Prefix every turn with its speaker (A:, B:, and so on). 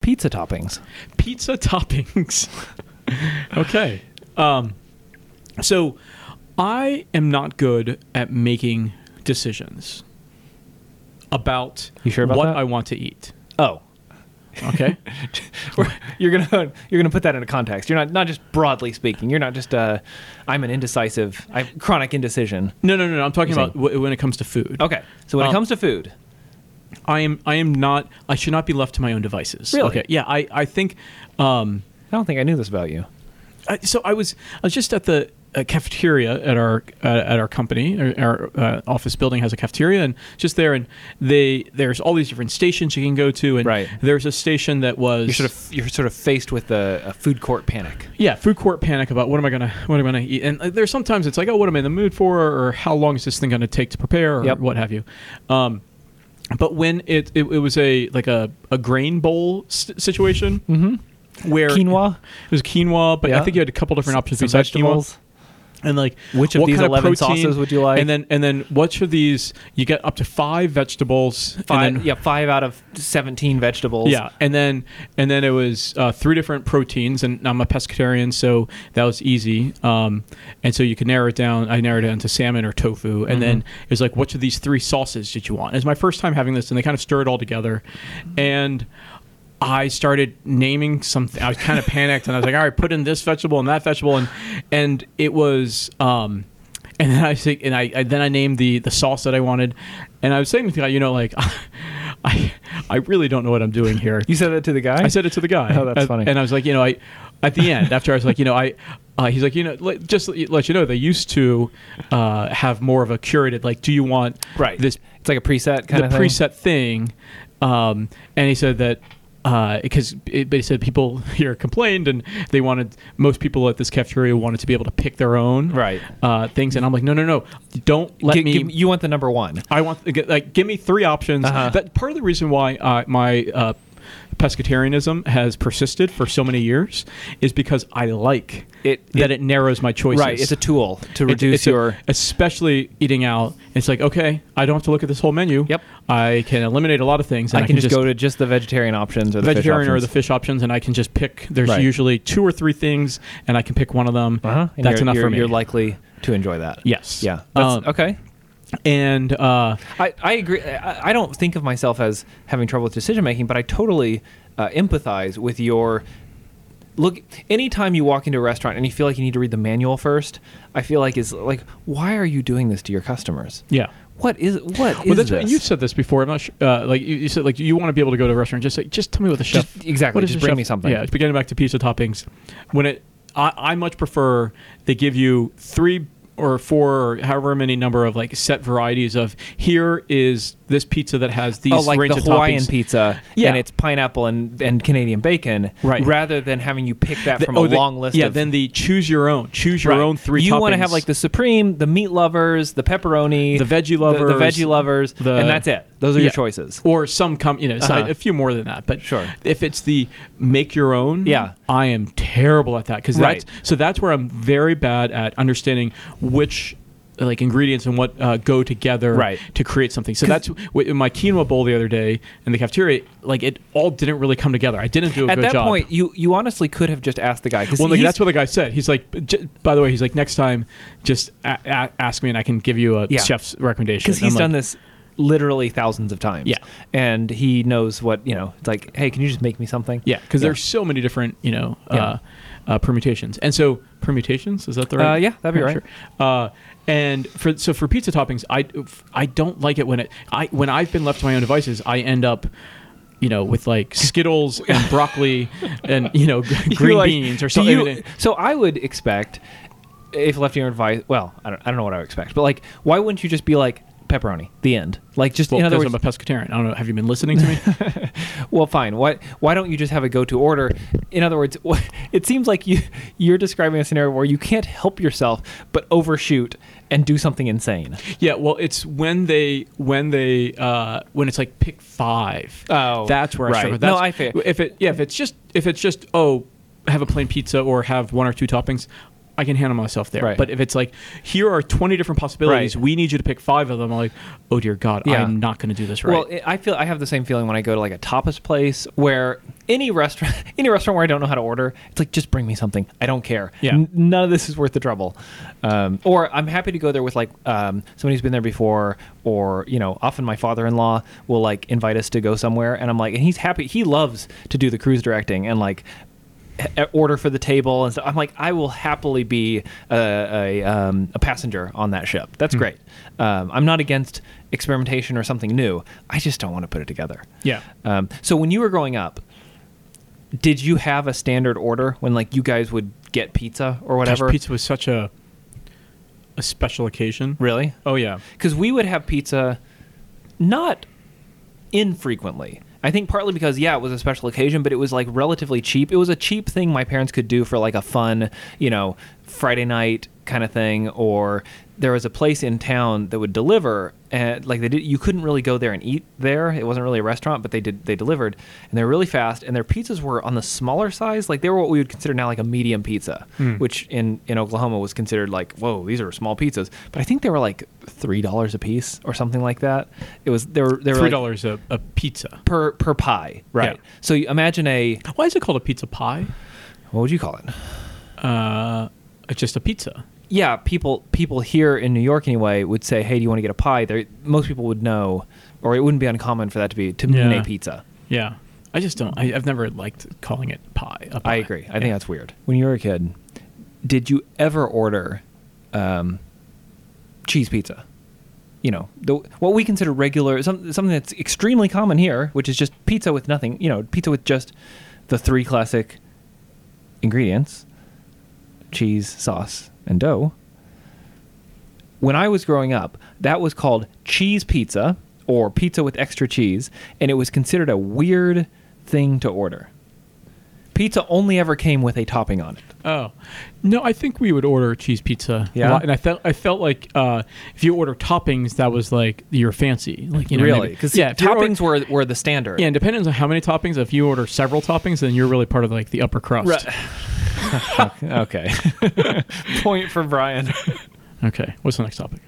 A: pizza toppings.
B: pizza toppings. okay. Um, so I am not good at making decisions about,
A: You sure about
B: what
A: that?
B: I want to eat.
A: Oh,
B: Okay.
A: you're gonna you're gonna put that into context. You're not not just broadly speaking. You're not just uh, I'm an indecisive, I chronic indecision.
B: no, no, no, no. I'm talking
A: You're
B: about w- when it comes to food.
A: Okay, so when
B: Um,
A: it comes to food,
B: I am. I am not. I should not be left to my own devices.
A: Really?
B: Okay. Yeah. I. I think. Um,
A: I don't think I knew this about you.
B: I, so I was I was just at the uh, cafeteria at our uh, at our company. Our, our uh, office building has a cafeteria, and just there, and they there's all these different stations you can go to, and
A: Right.
B: there's a station that was
A: You're sort of you're sort of faced with a, a food court panic.
B: yeah food court panic about what am I gonna what am I gonna eat, and uh, there's sometimes it's like oh what am I in the mood for, or how long is this thing gonna take to prepare, or
A: Yep.
B: what have you. Um, but when it, it it was a like a a grain bowl s- situation mm-hmm. where
A: Quinoa,
B: It was quinoa, but I
A: Yeah.
B: think you had a couple different options
A: some
B: besides quinoa.
A: vegetables.
B: and like
A: Which of
B: what
A: these
B: kind
A: 11
B: protein-
A: sauces would you like?
B: and then and then which of these you get up to five vegetables
A: Five,
B: and then,
A: yeah, five out of seventeen vegetables.
B: yeah and then and then it was uh, three different proteins and i'm a pescatarian so that was easy um, and so you could narrow it down i narrowed it down to salmon or tofu
A: Mm-hmm.
B: and then it was like which of these three sauces did you want it's my first time having this and they kind of stir it all together and I started naming something. I was kind of panicked, and I was like, "All right, put in this vegetable and that vegetable," and and it was, um, and then I think, and I, I then I named the the sauce that I wanted, and I was saying to the guy, you know, like, I I really don't know what I'm doing here.
A: you said that to the guy.
B: I said it to the guy.
A: Oh, that's
B: Uh,
A: funny.
B: And I was like, you know, I at the end after I was like, you know, I. Uh, he's like, you know, let, just let you- let you know, they used to uh, have more of a curated, like, do you want
A: right.
B: this
A: it's like a preset kind
B: the
A: of thing.
B: preset thing, um, and he said that uh, because it they said people here complained and they wanted most people at this cafeteria wanted to be able to pick their own
A: Right.
B: uh, things, and I'm like, no, no, no, don't let
A: Gi-
B: me.
A: give- you want the number one.
B: I want g- like give me three options.
A: Uh-huh.
B: That part of the reason why uh, my uh, pescatarianism has persisted for so many years is because I like
A: It-
B: that
A: it-
B: it narrows my choices.
A: Right, it's a tool to
B: It-
A: reduce
B: it's a-
A: your.
B: especially eating out. It's like okay, I don't have to look at this whole menu.
A: Yep.
B: I can eliminate a lot of things. And
A: I can just go to just the vegetarian options or the
B: vegetarian
A: fish
B: or
A: options.
B: the fish options, and I can just pick. There's
A: Right.
B: usually two or three things, and I can pick one of them.
A: Uh-huh. And
B: That's
A: you're-
B: enough
A: you're,
B: for me.
A: You're likely to enjoy that.
B: Yes.
A: Yeah. That's-
B: Um,
A: okay.
B: and uh,
A: I, I agree. I, I don't think of myself as having trouble with decision making, but I totally uh, empathize with your look. Anytime you walk into a restaurant and you feel like you need to read the manual first, I feel like is like, why are you doing this to your customers?
B: yeah.
A: What is what is
B: Well,
A: this?
B: that's right. you said this before. I'm not sure. Uh, like you, you said, like you want to be able to go to a restaurant. Just like, just tell me what the chef
A: Just- exactly,
B: what is
A: just
B: the
A: bring
B: chef-
A: me something.
B: Yeah, it's getting back to pizza toppings. When it, I, I much prefer they give you three or four or however many number of like set varieties of here is this pizza that has these
A: Oh, like
B: range
A: the
B: of
A: Hawaiian
B: toppings.
A: pizza,
B: Yeah.
A: and it's pineapple and, and Canadian bacon,
B: Right.
A: rather than having you pick that
B: The-
A: from
B: oh,
A: a
B: the-
A: long list.
B: Yeah,
A: of,
B: then the choose your own, choose your
A: Right.
B: own three.
A: You want to
B: toppings.
A: have like the supreme, the meat lovers, the pepperoni,
B: The veggie
A: the,
B: lovers,
A: veggie lovers,
B: the-
A: and that's it. Those are
B: Yeah.
A: your choices.
B: or some come you know so-
A: Uh-huh.
B: a few more than that but
A: Sure.
B: if it's the make your own
A: Yeah.
B: i am terrible at that because
A: Right.
B: that's so that's where i'm very bad at understanding which like ingredients and what uh, go together
A: Right.
B: to create something so that's w- in my quinoa bowl the other day in the cafeteria like it all didn't really come together i didn't do a
A: At
B: good
A: that
B: job
A: point, you you honestly could have just asked the guy. 'cause
B: well, like,
A: he's-
B: that's what the guy said. He's like, "J- by the way, he's like, next time, just a- a- ask me and I can give you a
A: Yeah.
B: chef's recommendation.
A: because
B: And
A: he's
B: I'm
A: done
B: like,
A: this literally thousands of times.
B: Yeah.
A: and he knows what you know. It's like, hey, can you just make me something?
B: Yeah, because there's so many different, you know, uh,
A: Yeah.
B: uh, permutations. And so permutations is that the right?
A: Uh, yeah, that'd be
B: Yeah,
A: right.
B: sure. Uh, and for so for pizza toppings, I I don't like it when it I when I've been left to my own devices, I end up. You know, with like Skittles and broccoli, and you know, g- green
A: You're like,
B: beans or
A: do
B: something.
A: you- so I would expect if left to your advice. Well, I don't, I don't know what I would expect, but like, why wouldn't you just be like pepperoni? The end. Like, just
B: well,
A: in other
B: because
A: words,
B: I'm a pescatarian. I don't know. Have you been listening to me?
A: Well, fine. Why why don't you just have a go to order? In other words, wh- it seems like you you're describing a scenario where you can't help yourself but overshoot and do something insane.
B: Yeah, well, it's when they when they uh, when it's like pick five.
A: Oh,
B: that's where I
A: right.
B: struggle.
A: No,
B: That's-
A: I feel-
B: If it yeah, if it's just if it's just oh, have a plain pizza or have one or two toppings. I can handle myself there.
A: Right.
B: But if it's like, here are 20 different possibilities,
A: Right.
B: we need you to pick five of them, I'm like, oh dear God,
A: Yeah.
B: I'm not going to do this right.
A: Well, I- I feel I have the same feeling when I go to like a tapas place where any restaurant, any restaurant where I don't know how to order, it's like just bring me something. I don't care.
B: Yeah.
A: none of this is worth the trouble. Um, or I'm happy to go there with like um, somebody who's been there before, or you know, often my father-in-law will like invite us to go somewhere, and I'm like, and he's happy. He loves to do the cruise directing and like h- order for the table and stuff. I'm like, I will happily be a, a, um, a passenger on that ship. That's great. Um, I'm not against experimentation or something new. I just don't want to put it together.
B: Yeah.
A: Um, so when you were growing up, did you have a standard order when like you guys would get pizza or
B: Gosh,
A: whatever?
B: pizza was such a a special occasion.
A: Really?
B: Oh yeah.
A: because we would have pizza not infrequently. I think partly because yeah, it was a special occasion, but it was like relatively cheap. It was a cheap thing my parents could do for like a fun, you know, Friday night kind of thing. Or there was a place in town that would deliver, and like they did, you couldn't really go there and eat there. It wasn't really a restaurant, but they did they delivered, and they're really fast. And their pizzas were on the smaller size, like they were what we would consider now like a medium pizza,
B: Hmm.
A: which in in Oklahoma was considered like whoa, these are small pizzas. But I think they were like three dollars a piece or something like that. It was they were they were
B: Three
A: like-
B: dollars a, a pizza.
A: per per pie, right?
B: Yeah.
A: So you imagine a
B: Why is it called a pizza pie?
A: what would you call it?
B: Uh, it's just a pizza.
A: Yeah, people people here in New York anyway would say, "Hey, do you want to get a pie?" There, most people would know, or it wouldn't be uncommon for that to be to mean
B: Yeah.
A: a pizza.
B: Yeah. I just don't. I, I've never liked calling it pie. a
A: I
B: pie.
A: agree. I
B: Yeah.
A: think that's weird. When you were a kid, did you ever order um, cheese pizza? You know, the, what we consider regular, some, something that's extremely common here, which is just pizza with nothing. You know, pizza with just the three classic ingredients: cheese, sauce, and dough. When I was growing up, that was called cheese pizza or pizza with extra cheese, and it was considered a weird thing to order. Pizza only ever came with a topping on it.
B: Oh, no! I think we would order cheese pizza. a
A: Yeah?
B: lot, and I felt I felt like uh, if you order toppings, that was like your fancy. Like you know,
A: really?
B: maybe-
A: Because
B: yeah, if you order-
A: toppings were were the standard.
B: Yeah, and depending on how many toppings, if you order several toppings, then you're really part of like the upper crust.
A: Right. okay. Point for Brian.
B: Okay, what's the next topic?